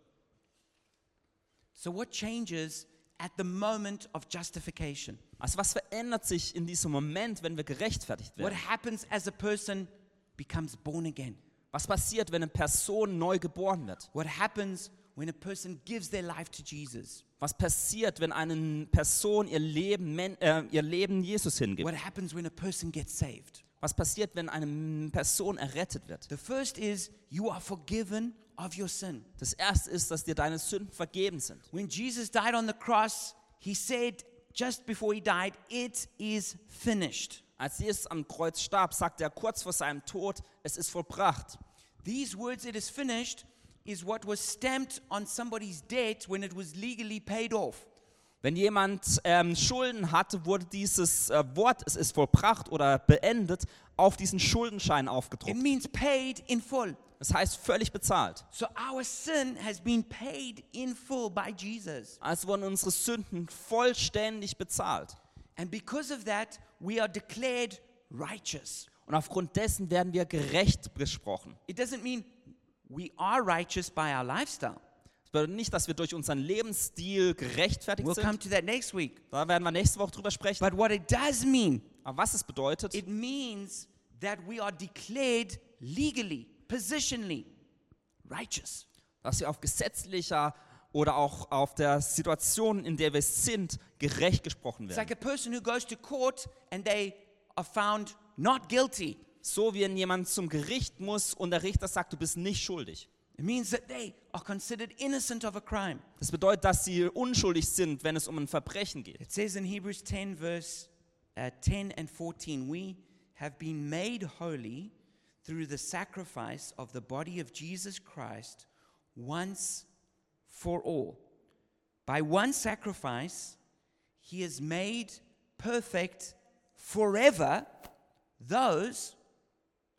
S1: So, what changes at the moment of justification?
S2: Also was verändert sich in diesem Moment, wenn wir gerechtfertigt
S1: What
S2: werden?
S1: happens as a person becomes born again?
S2: Was passiert, wenn eine Person neu geboren wird?
S1: What happens when a person gives their life to Jesus?
S2: Was passiert, wenn eine Person ihr Leben, men- äh, ihr Leben Jesus hingibt?
S1: What happens when a person gets saved?
S2: Was passiert, wenn eine Person errettet wird?
S1: The first is you are forgiven of your sin.
S2: Das erste ist, dass dir deine Sünden vergeben sind.
S1: When Jesus died on the cross, he said just before he died, It is finished.
S2: Als Jesus am Kreuz starb, sagte er kurz vor seinem Tod, es ist vollbracht.
S1: These words, It is finished, is what was stamped on somebody's debt when it was legally paid off.
S2: Wenn jemand ähm, Schulden hatte, wurde dieses äh, Wort, es ist vollbracht oder beendet, auf diesen Schuldenschein
S1: It
S2: aufgedruckt.
S1: means paid in full.
S2: Das heißt, völlig bezahlt.
S1: So our sin has been paid in full by Jesus.
S2: Also wurden unsere Sünden vollständig bezahlt.
S1: And because of that, we are declared righteous.
S2: Und aufgrund dessen werden wir gerecht gesprochen.
S1: It doesn't mean we are righteous by our lifestyle.
S2: Das bedeutet nicht, dass wir durch unseren Lebensstil gerechtfertigt
S1: We'll come
S2: sind.
S1: to that next week.
S2: Da werden wir nächste Woche drüber sprechen.
S1: But what it does mean,
S2: Aber was es bedeutet,
S1: it means that we are declared legally, positionally righteous.
S2: dass wir auf gesetzlicher oder auch auf der Situation, in der wir sind, gerecht gesprochen
S1: It's
S2: werden.
S1: like a person who goes to court and they are found not guilty.
S2: So wie wenn jemand zum Gericht muss und der Richter sagt, du bist nicht schuldig.
S1: It means that they are considered innocent of a crime.
S2: Das bedeutet, dass sie unschuldig sind, wenn es um ein Verbrechen geht.
S1: It says in Hebrews 10, verse uh, 10 and 14, we have been made holy through the sacrifice of the body of Jesus Christ once for all. By one sacrifice, he has made perfect forever those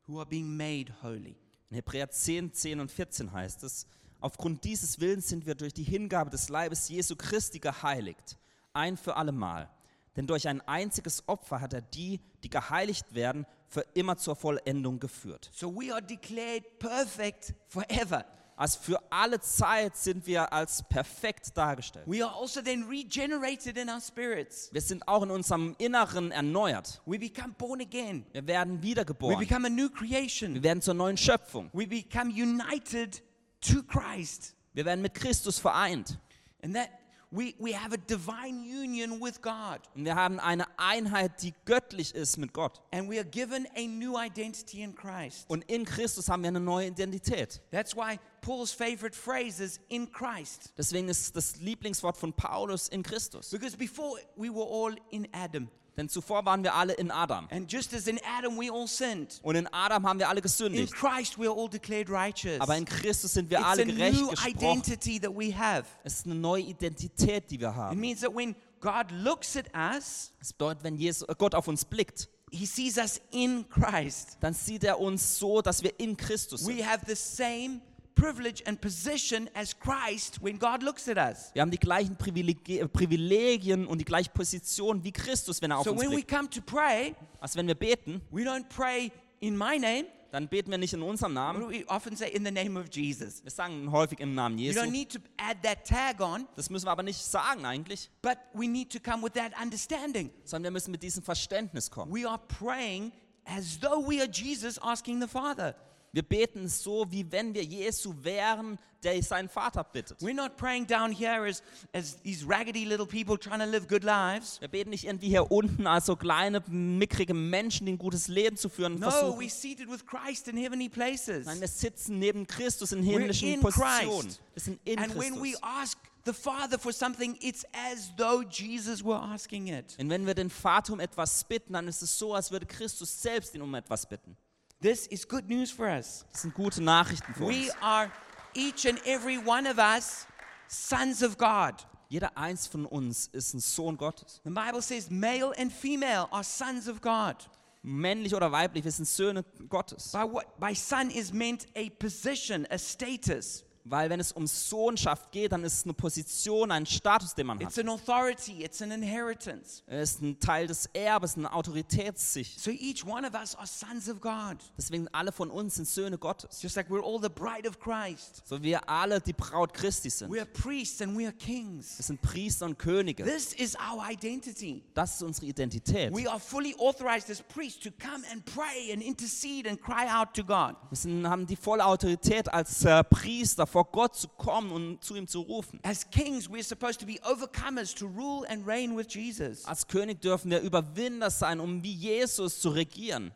S1: who are being made holy.
S2: In Hebräer 10, 10 und 14 heißt es, aufgrund dieses Willens sind wir durch die Hingabe des Leibes Jesu Christi geheiligt, ein für allemal. Denn durch ein einziges Opfer hat er die, die geheiligt werden, für immer zur Vollendung geführt.
S1: So we are declared perfect forever.
S2: Also für alle Zeit sind wir als perfekt dargestellt.
S1: We are also then regenerated in our spirits.
S2: Wir sind auch in unserem Inneren erneuert.
S1: We become born again.
S2: Wir werden
S1: We
S2: wiedergeboren.
S1: become a new
S2: Wir
S1: creation.
S2: werden zur neuen Schöpfung.
S1: We become united to Christ.
S2: Wir werden mit Christus vereint.
S1: And that we, we have a divine union with God.
S2: Und wir haben eine Einheit, die göttlich ist mit Gott.
S1: And we are given a new identity in Christ.
S2: Und in Christus haben wir eine neue Identität.
S1: That's why Paul's favorite phrase is in Christ.
S2: Deswegen ist das Lieblingswort von Paulus in Christus.
S1: Because before we were all in Adam.
S2: Denn zuvor waren wir alle in Adam.
S1: And just as in Adam we all sinned,
S2: Und in Adam haben wir alle
S1: in
S2: gesündigt.
S1: Christ we are all declared righteous.
S2: Aber in Christus sind wir
S1: It's
S2: alle
S1: a
S2: gerecht
S1: new
S2: gesprochen.
S1: identity that we have.
S2: Es ist eine neue Identität, die wir
S1: It
S2: haben.
S1: means that when God looks at us,
S2: Das bedeutet, wenn Jesus, äh, Gott auf uns blickt,
S1: he sees us in Christ.
S2: dann sieht er uns so, dass wir in Christus
S1: We
S2: sind.
S1: have the same privilege and position as Christ when God looks at us.
S2: Wir haben die gleichen Privilegi- äh, Privilegien und die gleiche Position wie Christus, wenn er auf
S1: So
S2: uns
S1: when we
S2: blickt.
S1: come to pray,
S2: Also wenn wir beten,
S1: we don't pray in my name.
S2: dann beten wir nicht in unserem Namen.
S1: We often say in the name of Jesus.
S2: Wir sagen häufig im Namen
S1: You
S2: Jesu.
S1: don't need to add that tag on,
S2: Das müssen wir aber nicht sagen eigentlich,
S1: but we need to come with that understanding.
S2: sondern wir müssen mit diesem Verständnis kommen.
S1: We are praying as though we are Jesus asking the Father.
S2: Wir beten so, wie wenn wir Jesu wären, der seinen Vater bittet.
S1: We're not praying down here as, as these raggedy little people trying to live good lives.
S2: Wir beten nicht irgendwie hier unten als so kleine, mickrige Menschen, die ein gutes Leben zu führen
S1: No, we're
S2: versuchen.
S1: seated with Christ in heavenly places.
S2: Nein, wir sitzen neben Christus in
S1: We're
S2: himmlischen
S1: in
S2: Positionen.
S1: Christ.
S2: Wir sind in
S1: And when we
S2: Christus.
S1: ask the Father for something, it's as though Jesus were asking it.
S2: Und wenn wir den Vater um etwas bitten, dann ist es so, als würde Christus selbst ihn um etwas bitten.
S1: This is good news for us.
S2: Das sind gute Nachrichten für
S1: We
S2: uns.
S1: are, each and every one of us, sons of God.
S2: Jeder eins von uns ist ein Sohn Gottes.
S1: The Bible says male and female are sons of God.
S2: Männlich oder weiblich, wir sind Söhne Gottes.
S1: By what by son is meant a position, a status.
S2: Weil wenn es um Sohnschaft geht, dann ist es eine Position, ein Status, den man
S1: It's
S2: hat.
S1: an authority, it's an inheritance.
S2: Es ist ein Teil des Erbes, eine Autoritätssicht.
S1: So each one of us are sons of God.
S2: Deswegen alle von uns sind Söhne Gottes.
S1: Just like we're all the bride of Christ.
S2: So wie wir alle die Braut Christi sind.
S1: We
S2: Wir
S1: are priests and we are kings.
S2: sind Priester und Könige.
S1: This is our identity.
S2: Das ist unsere Identität.
S1: We are fully authorized as priests to come and pray and intercede and cry out to God.
S2: Wir sind, haben die volle Autorität als äh, Priester vor Gott zu kommen und zu ihm zu rufen.
S1: As kings, we're supposed to be overcomers to rule and reign with Jesus.
S2: Als König dürfen wir Überwinder sein, um wie Jesus zu regieren.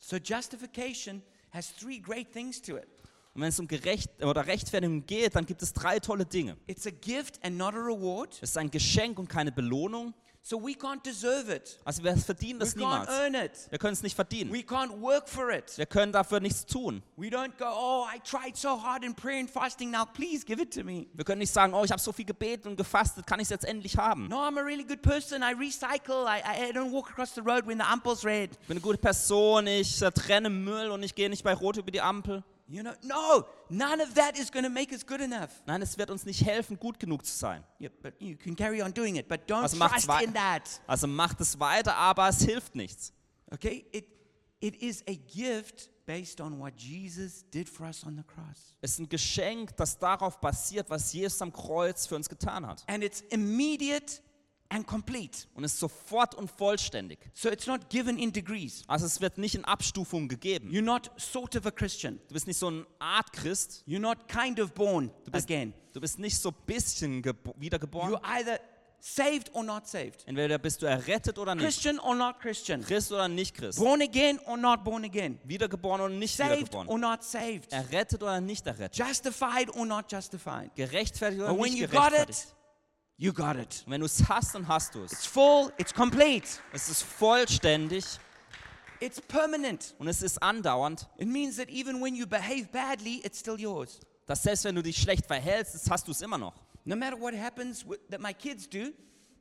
S1: So justification has three great things to it.
S2: Und wenn es um Gerecht oder Rechtfertigung geht, dann gibt es drei tolle Dinge.
S1: It's a gift and not a reward.
S2: Es ist ein Geschenk und keine Belohnung.
S1: So we can't deserve it.
S2: Also wir verdienen
S1: We
S2: das
S1: can't
S2: niemals.
S1: earn it.
S2: Wir können es nicht verdienen.
S1: We can't work for it.
S2: Wir können dafür nichts tun.
S1: We don't go, oh, I tried so hard in prayer and fasting, now please give it to me.
S2: Wir können nicht sagen, oh, ich habe so viel gebetet und gefastet, kann ich es jetzt endlich haben?
S1: No, I'm a really good person. I recycle. I, I, I don't walk across the road when the ample's red.
S2: Ich bin eine gute Person, ich äh, trenne Müll und ich gehe nicht bei Rot über die Ampel.
S1: You know, no, none of that is going to make us good enough.
S2: Nein, es wird uns nicht helfen, gut genug zu sein.
S1: Yeah, but you can carry on doing it, but don't
S2: Also macht's
S1: trust
S2: wei-
S1: in that.
S2: Also macht es weiter, aber es hilft nichts.
S1: Okay? It, it is a gift based on what Jesus did for us on the cross.
S2: Es ist ein Geschenk, das darauf basiert, was Jesus am Kreuz für uns getan hat.
S1: And it's immediate and complete.
S2: Und es ist sofort und vollständig.
S1: So it's not given in degrees.
S2: Also es wird nicht in Abstufungen gegeben.
S1: You're not sort of a Christian.
S2: Du bist nicht so ein Art Christ.
S1: You're not kind of born
S2: Du bist,
S1: again.
S2: du bist nicht so ein bisschen gebo- wiedergeboren.
S1: You're either saved or not saved.
S2: Entweder bist du errettet oder nicht.
S1: Christian or not Christian.
S2: Christ oder nicht Christ.
S1: Born again or not born again.
S2: Wiedergeboren oder nicht
S1: Saved
S2: wiedergeboren.
S1: or not saved.
S2: Errettet oder nicht errettet.
S1: Justified or not justified.
S2: Gerechtfertigt oder
S1: But when
S2: nicht
S1: you got
S2: gerechtfertigt.
S1: it, you got it.
S2: Und wenn du es hast, dann hast du
S1: It's
S2: es.
S1: full, it's complete,
S2: Es ist vollständig
S1: it's permanent.
S2: und es ist andauernd,
S1: It means that even when you behave badly, it's still yours.
S2: dass selbst wenn du dich schlecht verhältst, das hast du es immer noch.
S1: No matter what happens with, that my kids do,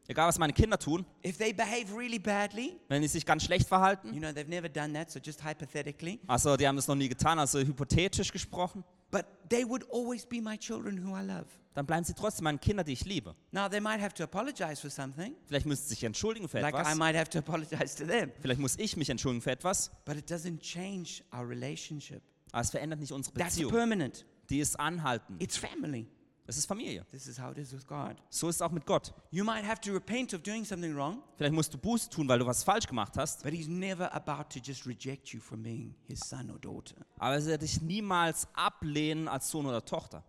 S2: Egal, was meine Kinder tun,
S1: if they behave really badly,
S2: wenn die sich ganz schlecht verhalten.
S1: you know, they've never done that, so just hypothetically,
S2: Also, die haben das noch nie getan, also hypothetisch gesprochen.
S1: but they would always be my children who I love.
S2: Dann bleiben sie trotzdem meine Kinder, die ich liebe.
S1: Now, they might have to apologize for something,
S2: Vielleicht müssen sie sich entschuldigen für
S1: like I
S2: etwas.
S1: might have to apologize to them,
S2: Vielleicht muss ich mich entschuldigen für etwas.
S1: but it doesn't change our relationship.
S2: Aber es verändert nicht unsere
S1: That's
S2: Beziehung.
S1: permanent,
S2: Die ist anhalten.
S1: it's family.
S2: Es ist Familie.
S1: This is how it is with God.
S2: So ist es auch mit Gott.
S1: You might have to repent of doing something wrong,
S2: Vielleicht musst du Buße tun, weil du was falsch gemacht hast.
S1: But he's never about to just reject you from being his son or daughter.
S2: Aber er wird dich niemals ablehnen als Sohn oder Tochter.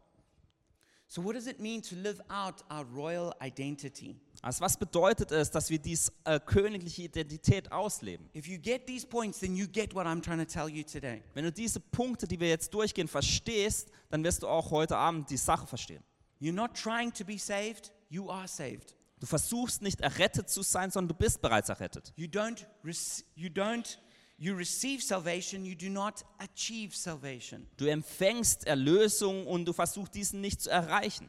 S1: So, what does it mean to live out our royal identity?
S2: Also was bedeutet es, dass wir diese äh, königliche Identität ausleben?
S1: If you get these points, then you get what I'm trying to tell you today.
S2: Wenn du diese Punkte, die wir jetzt durchgehen, verstehst, dann wirst du auch heute Abend die Sache verstehen.
S1: You're not trying to be saved, you are saved.
S2: Du versuchst nicht errettet zu sein, sondern du bist bereits errettet.
S1: You don't, rec- you don't, you receive salvation, you do not achieve salvation.
S2: Du empfängst Erlösung und du versuchst diesen nicht zu erreichen.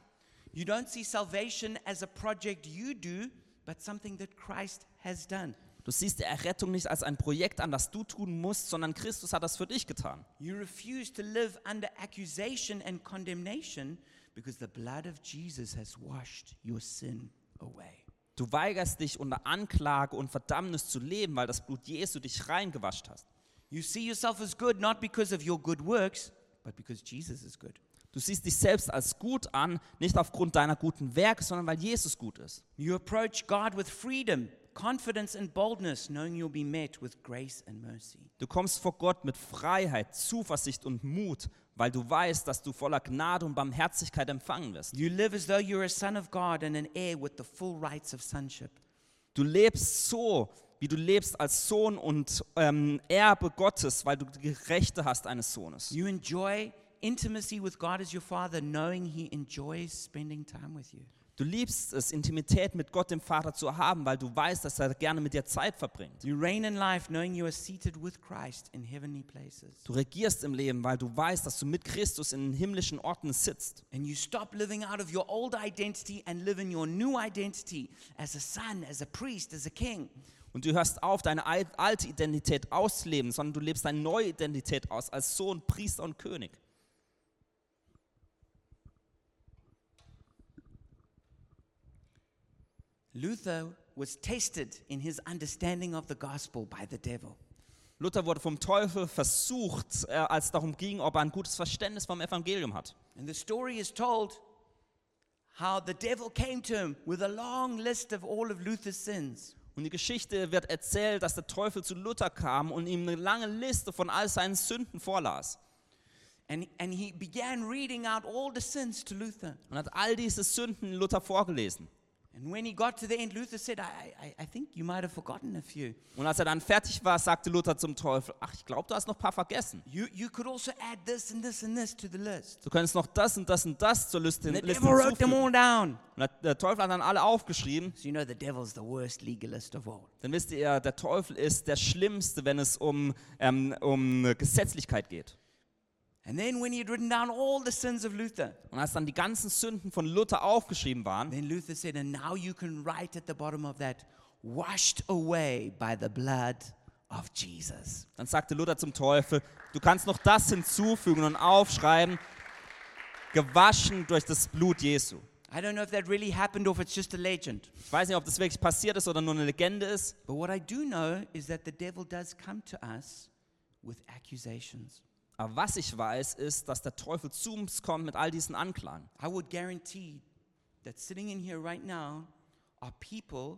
S1: You don't see salvation as a project you do, but something that Christ has done.
S2: Du siehst die Errettung nicht als ein Projekt an, das du tun musst, sondern Christus hat das für dich getan.
S1: You refuse to live under accusation and condemnation because the blood of Jesus has washed your sin away.
S2: Du weigerst dich unter Anklage und Verdammnis zu leben, weil das Blut Jesu dich reingewascht hat.
S1: You see yourself as good not because of your good works, but because Jesus is good.
S2: Du siehst dich selbst als gut an, nicht aufgrund deiner guten Werke, sondern weil Jesus gut ist.
S1: You approach God with freedom, confidence, and boldness, knowing you'll be met with grace and mercy.
S2: Du kommst vor Gott mit Freiheit, Zuversicht und Mut, weil du weißt, dass du voller Gnade und Barmherzigkeit empfangen wirst.
S1: You live as though you're a son of God and an heir with the full rights of sonship.
S2: Du lebst so, wie du lebst als Sohn und ähm, Erbe Gottes, weil du die Rechte hast eines Sohnes.
S1: You enjoy intimacy with God as your father, knowing He enjoys spending time with you.
S2: Du liebst es, Intimität mit Gott dem Vater zu haben, weil du weißt, dass er gerne mit dir Zeit verbringt.
S1: You reign in life, knowing you are seated with Christ in heavenly places.
S2: Du regierst im Leben, weil du weißt, dass du mit Christus in den himmlischen Orten sitzt.
S1: And you stop living out of your old identity and live in your new identity as a son, as a priest, as a king.
S2: Und du hörst auf, deine al- alte Identität auszuleben, sondern du lebst deine neue Identität aus als Sohn, Priester und König.
S1: Luther was tested in his understanding of the gospel by the devil.
S2: Luther wurde vom Teufel versucht, äh, als es darum ging, ob er ein gutes Verständnis vom Evangelium hat.
S1: And the story is told how the devil came to him with a long list of all of Luther's sins.
S2: Und die Geschichte wird erzählt, dass der Teufel zu Luther kam und ihm eine lange Liste von all seinen Sünden vorlas.
S1: And, and he began reading out all the sins to Luther.
S2: Und hat all diese Sünden Luther vorgelesen.
S1: And when he got to the end, Luther said, I, I, I think you might have forgotten a few.
S2: Und als er dann fertig war, sagte Luther zum Teufel, ach, ich glaube, du hast noch ein paar vergessen.
S1: You, you could also add this and this and this to the list.
S2: Du könntest noch das und das und das zur Liste,
S1: And the
S2: Liste
S1: devil wrote them
S2: hinzufügen.
S1: all down.
S2: Und hat- der Teufel hat dann alle aufgeschrieben.
S1: So you know the devil's the worst legalist of all.
S2: Dann wisst ihr, der Teufel ist der Schlimmste, wenn es um, ähm, um Gesetzlichkeit geht.
S1: And then when he had written down all the sins of Luther,
S2: Und als dann die ganzen Sünden von Luther aufgeschrieben waren,
S1: Then Luther said, and now you can write at the bottom of that, washed away by the blood of Jesus.
S2: Dann sagte Luther zum Teufel, du kannst noch das hinzufügen und aufschreiben, gewaschen durch das Blut Jesu.
S1: I don't know if that really happened or if it's just a legend.
S2: Ich weiß nicht, ob das wirklich passiert ist oder nur eine Legende ist,
S1: But what I do know is that the devil does come to us with accusations.
S2: aber was ich weiß, ist, dass der Teufel zu uns kommt mit all diesen Anklagen.
S1: I would guarantee that sitting in here right now are people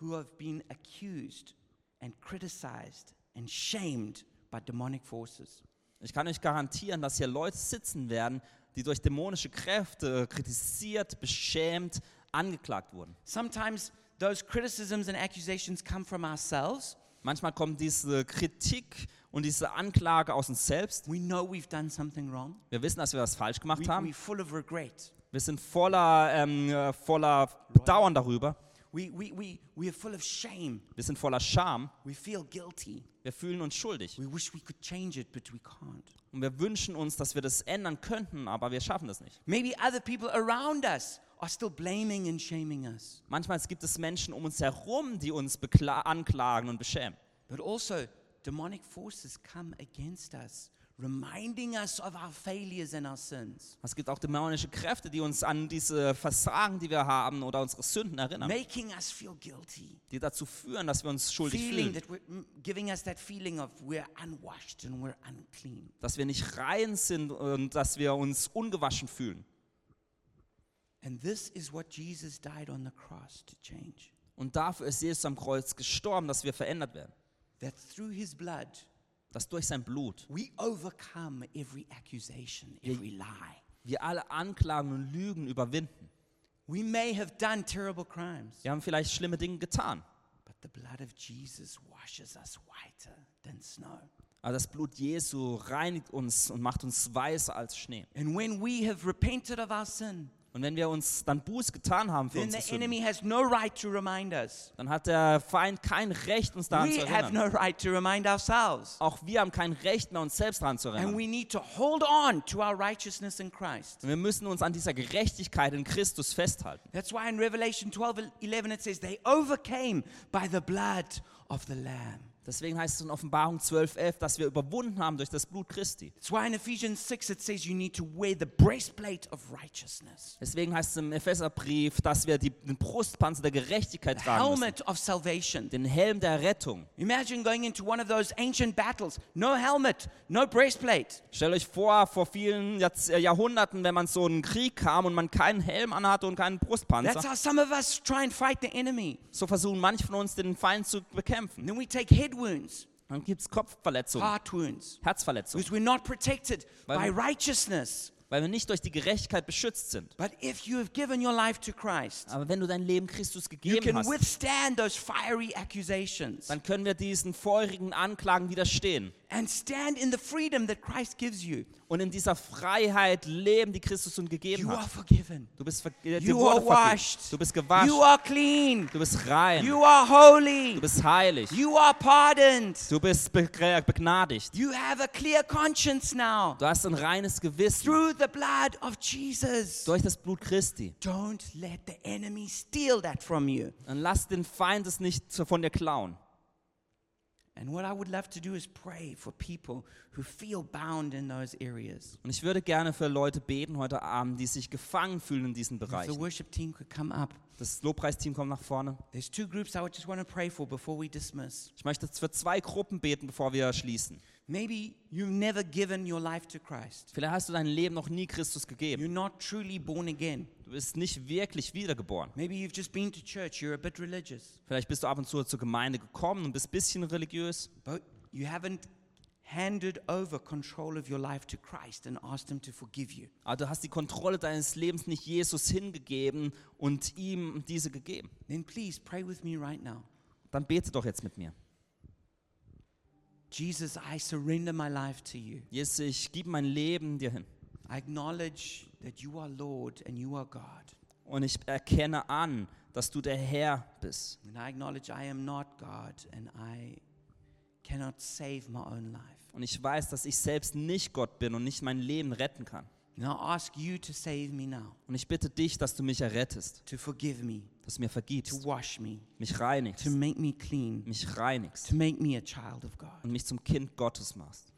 S1: who have been accused and criticized and shamed by demonic forces.
S2: Ich kann euch garantieren, dass hier Leute sitzen werden, die durch dämonische Kräfte kritisiert, beschämt, angeklagt wurden.
S1: Sometimes those criticisms and accusations come from ourselves.
S2: Manchmal kommt diese Kritik und diese Anklage aus uns selbst.
S1: We know we've done something wrong.
S2: Wir wissen, dass wir was falsch gemacht
S1: We,
S2: haben.
S1: we're full of regret.
S2: Wir sind voller, ähm, äh, voller Bedauern darüber.
S1: We, we, we, we are full of shame.
S2: Wir sind voller Scham.
S1: We feel guilty.
S2: Wir fühlen uns schuldig.
S1: We wish we could change it, but we can't.
S2: Und wir wünschen uns, dass wir das ändern könnten, aber wir schaffen das nicht.
S1: Maybe other people around us are still blaming and shaming us.
S2: Manchmal gibt es Menschen um uns herum, die uns bekla- anklagen und beschämen.
S1: But also, demonic forces come against us, reminding us of our failures and our sins,
S2: Es gibt auch dämonische Kräfte, die uns an diese Versagen, die wir haben oder unsere Sünden erinnern,
S1: making us feel guilty,
S2: die dazu führen, dass wir uns schuldig
S1: feeling
S2: fühlen,
S1: that we're, mm, giving us that feeling of we're unwashed and we're unclean.
S2: dass wir nicht rein sind und dass wir uns ungewaschen fühlen.
S1: And this is what Jesus died on the cross to change.
S2: Und dafür ist Jesus am Kreuz gestorben, dass wir verändert werden.
S1: that through his blood
S2: Dass durch sein Blut
S1: we overcome every accusation, every lie.
S2: wir alle Anklagen und Lügen überwinden.
S1: We may have done terrible crimes,
S2: Wir haben vielleicht schlimme Dinge getan.
S1: but the blood of Jesus washes us whiter than snow.
S2: Aber das Blut Jesu reinigt uns und macht uns weißer als Schnee.
S1: And when we have repented of our sin,
S2: Und Und wenn wir uns dann Buß getan haben für
S1: then
S2: unsere
S1: the
S2: Sünden,
S1: enemy has no right to remind us.
S2: dann hat der Feind kein Recht, uns daran
S1: We
S2: zu
S1: have
S2: erinnern.
S1: no right to remind ourselves.
S2: Auch wir haben kein Recht mehr, uns selbst daran zu erinnern.
S1: And we need to hold on to our righteousness in Christ.
S2: Und wir müssen uns an dieser Gerechtigkeit in Christus festhalten.
S1: That's why in Revelation 12 11 it says, They overcame by the blood of the Lamb.
S2: Deswegen heißt es in Offenbarung 12,11, dass wir überwunden haben durch das Blut Christi.
S1: That's why in Ephesians 6 it says, You need to wear the breastplate of righteousness,
S2: Deswegen heißt es im Epheserbrief, dass wir die, den Brustpanzer der Gerechtigkeit
S1: the
S2: tragen müssen,
S1: helmet of salvation.
S2: den Helm der Rettung.
S1: Imagine going into one of those ancient battles, no helmet, no breastplate.
S2: Stellt euch vor, vor vielen Jahrz- äh, Jahrhunderten, wenn man so einen Krieg kam und man keinen Helm anhatte und keinen
S1: That's
S2: Brustpanzer,
S1: how some of us try and fight the enemy.
S2: so versuchen manche von uns, den Feind zu bekämpfen.
S1: And then we take head wounds,
S2: Dann gibt es Kopfverletzungen,
S1: heart wounds,
S2: Herzverletzungen,
S1: because we're not protected
S2: Weil
S1: by
S2: wir-
S1: righteousness.
S2: weil wir nicht durch die Gerechtigkeit beschützt sind.
S1: But if you have given your life to Christ,
S2: Aber wenn du dein Leben Christus
S1: you
S2: gegeben
S1: can
S2: hast,
S1: withstand those fiery accusations
S2: dann können wir diesen feurigen Anklagen widerstehen
S1: and stand in the freedom that Christ gives you.
S2: und in dieser Freiheit leben, die Christus uns
S1: You
S2: gegeben
S1: are
S2: hat.
S1: forgiven.
S2: Du bist, ver äh, dir
S1: You
S2: wurde
S1: are
S2: vergeben.
S1: washed.
S2: Du bist
S1: You
S2: gewascht.
S1: are clean.
S2: Du bist rein.
S1: You are holy.
S2: Du bist heilig.
S1: You are pardoned.
S2: Du bist be äh, begnadigt.
S1: You have a clear conscience now
S2: Du hast ein reines Gewissen
S1: through the blood of Jesus.
S2: durch das Blut Christi.
S1: Don't let the enemy steal that from you.
S2: Dann lass den Feind es nicht zu- von dir klauen.
S1: And what I would love to do is pray for people who feel bound in those areas.
S2: Und ich würde gerne für Leute beten heute Abend, die sich gefangen fühlen in diesen
S1: If the
S2: Bereichen.
S1: worship team could come up.
S2: Das Lobpreisteam kommt nach vorne.
S1: There's two groups I would just want to pray for before we dismiss.
S2: Ich möchte jetzt für zwei Gruppen beten, bevor wir schließen.
S1: Maybe you've never given your life to Christ.
S2: Vielleicht hast du dein Leben noch nie Christus gegeben.
S1: You're not truly born again.
S2: Du bist nicht wirklich wiedergeboren.
S1: Maybe you've just been to church. You're a bit religious.
S2: Vielleicht bist du ab und zu zur Gemeinde gekommen und bist ein bisschen religiös,
S1: But you haven't handed over control of your life to Christ and asked Him to forgive you.
S2: aber du hast die Kontrolle deines Lebens nicht Jesus hingegeben und ihm diese gegeben.
S1: Then please pray with me right now.
S2: Dann bete doch jetzt mit mir.
S1: Jesus, I surrender my life to you.
S2: Jesus, ich gebe mein Leben dir hin
S1: I acknowledge that you are Lord and you are God.
S2: und ich erkenne an, dass du der Herr bist.
S1: And I acknowledge I am not God and I cannot save my own life.
S2: Und ich weiß, dass ich selbst nicht Gott bin und nicht mein Leben retten kann.
S1: And I ask you to save me now,
S2: Und ich bitte dich, dass du mich errettest,
S1: to forgive me,
S2: dass du mir
S1: to
S2: vergibst,
S1: wash me,
S2: mich
S1: to
S2: reinigst,
S1: make me clean,
S2: mich reinigst
S1: to make me a child of God.
S2: und mich zum Kind Gottes machst.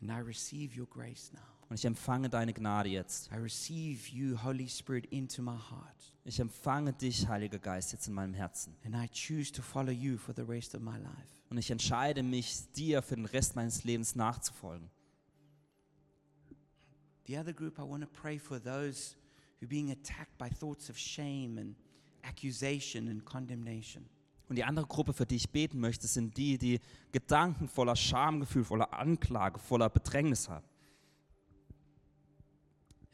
S1: And I receive your grace now.
S2: Und ich empfange deine Gnade jetzt.
S1: I receive you, Holy Spirit, into my heart,
S2: Ich empfange dich, Heiliger Geist, jetzt in meinem Herzen.
S1: and I choose to follow you for the rest of my life.
S2: Und ich entscheide mich, dir für den Rest meines Lebens nachzufolgen.
S1: The other group I want to pray for those who are being attacked by thoughts of shame and accusation and condemnation.
S2: Und die andere Gruppe, für die ich beten möchte, sind die, die Gedanken voller Schamgefühl, voller Anklage, voller Bedrängnis haben.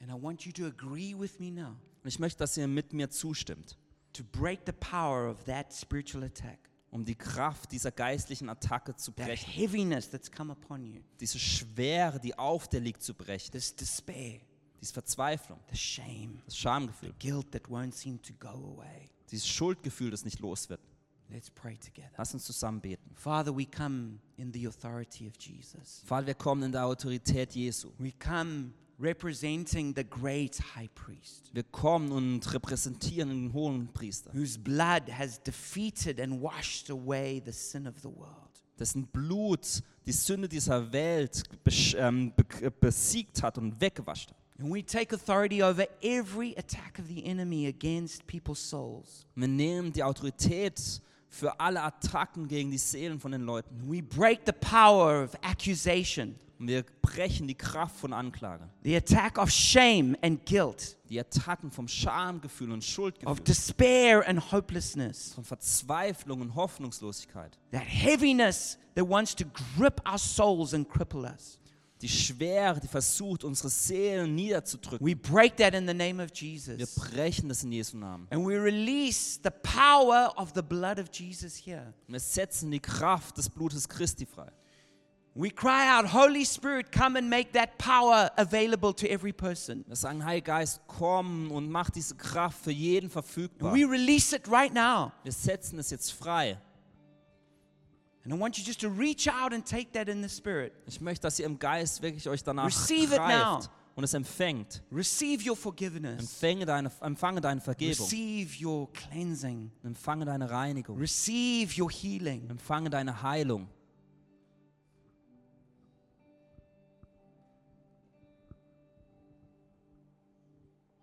S1: And I want you to agree with me now
S2: Und ich möchte, dass ihr mit mir zustimmt,
S1: to break the power of that spiritual attack,
S2: um die Kraft dieser geistlichen Attacke zu
S1: that
S2: brechen,
S1: heaviness that's come upon you,
S2: diese Schwere, die auf dir liegt, zu brechen,
S1: this despair,
S2: diese Verzweiflung,
S1: the shame,
S2: das Schamgefühl,
S1: guilt that won't seem to go away.
S2: dieses Schuldgefühl, das nicht los wird.
S1: Let's pray together.
S2: Lass uns zusammen beten.
S1: Father, we come in the authority of Jesus.
S2: Vater, wir kommen in der Autorität Jesu.
S1: We come representing the great high priest
S2: Wir kommen und repräsentieren den hohen Priester,
S1: whose blood has defeated and washed away the sin of the world.
S2: dessen Blut die Sünde dieser Welt besch- ähm, be- äh, besiegt hat und weggewascht hat.
S1: And we take authority over every attack of the enemy against people's souls.
S2: Und wir nehmen die Autorität für alle Attacken gegen die Seelen von den Leuten.
S1: And we break the power of accusation,
S2: Und wir brechen die Kraft von Anklage,
S1: the attack of shame and guilt,
S2: die Attacken vom Schamgefühl und
S1: of
S2: Schuldgefühl,
S1: despair and hopelessness,
S2: von Verzweiflung und Hoffnungslosigkeit,
S1: that heaviness that wants to grip our souls and cripple us.
S2: die Schwere, die versucht, unsere Seelen niederzudrücken.
S1: We break that in the name of
S2: Wir
S1: Jesus.
S2: brechen das in Jesu Namen.
S1: And we release the power of the blood of Jesus here.
S2: Und wir setzen die Kraft des Blutes Christi frei.
S1: We cry out, Holy Spirit, come and make that power available to every person.
S2: Wir sagen, Heiliger Geist, komm und mach diese Kraft für jeden verfügbar.
S1: We release it right now.
S2: Wir setzen es jetzt frei.
S1: And I want you just to reach out and take that in the Spirit.
S2: Ich möchte, dass ihr im Geist wirklich euch danach
S1: Receive it
S2: greift
S1: now.
S2: und es empfängt.
S1: Receive your forgiveness.
S2: Empfänge deine, empfange deine Vergebung.
S1: Receive your cleansing.
S2: Empfange deine Reinigung.
S1: Receive your healing.
S2: Empfange deine Heilung.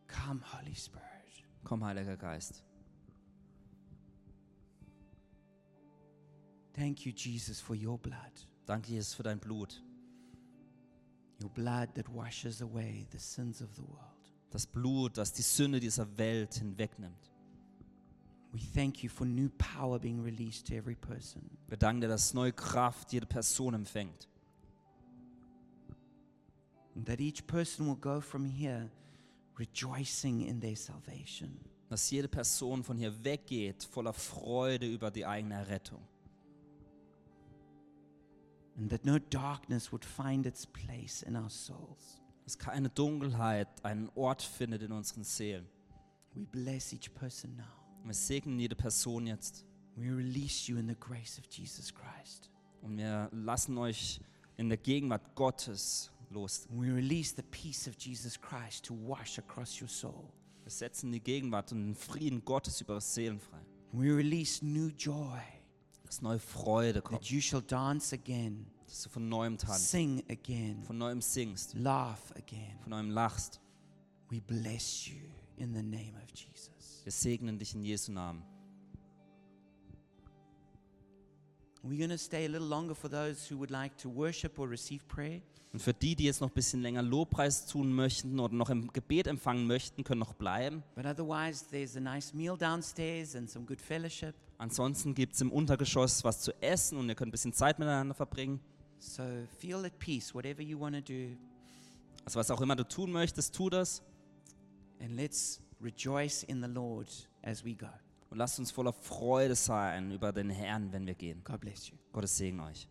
S1: Come, Holy Spirit.
S2: Komm, Heiliger Geist.
S1: Thank you, Jesus, for your blood.
S2: Danke, Jesus, für dein Blut.
S1: Your blood that washes away the sins of the world.
S2: Das Blut, das die Sünde dieser Welt hinwegnimmt.
S1: We thank you for new power being released to every person.
S2: Wir danken dir, dass neue Kraft jede Person empfängt.
S1: And that each person will go from here rejoicing in their salvation.
S2: Dass jede Person von hier weggeht, voller Freude über die eigene Errettung.
S1: And that no darkness would find its place in our souls.
S2: Dass keine Dunkelheit einen Ort findet in unseren Seelen.
S1: We bless each person now.
S2: Und wir segnen jede Person jetzt.
S1: We release you in the grace of Jesus Christ.
S2: Und wir lassen euch in der Gegenwart Gottes los.
S1: We release the peace of Jesus Christ to wash across your soul.
S2: Wir setzen die Gegenwart und den Frieden Gottes über eure Seelen frei.
S1: We release new joy
S2: Dass neue Freude kommt.
S1: that you shall dance again,
S2: Dass du von neuem tanzt.
S1: sing again,
S2: Von neuem singst.
S1: laugh again.
S2: Von neuem lachst.
S1: We bless you in the name of Jesus.
S2: Wir segnen dich in Jesu Namen.
S1: We're going to stay a little longer for those who would like to worship or receive prayer.
S2: Und für die, die jetzt noch ein bisschen länger Lobpreis tun möchten oder noch im Gebet empfangen möchten, können noch bleiben.
S1: But otherwise, there's a nice meal downstairs and some good fellowship.
S2: Ansonsten gibt es im Untergeschoss was zu essen und ihr könnt ein bisschen Zeit miteinander verbringen.
S1: So feel at peace, whatever you want to do.
S2: Also was auch immer du tun möchtest, tu das.
S1: And let's rejoice in the Lord as we go.
S2: Und lasst uns voller Freude sein über den Herrn, wenn wir gehen.
S1: God bless you.
S2: Gottes Segen euch.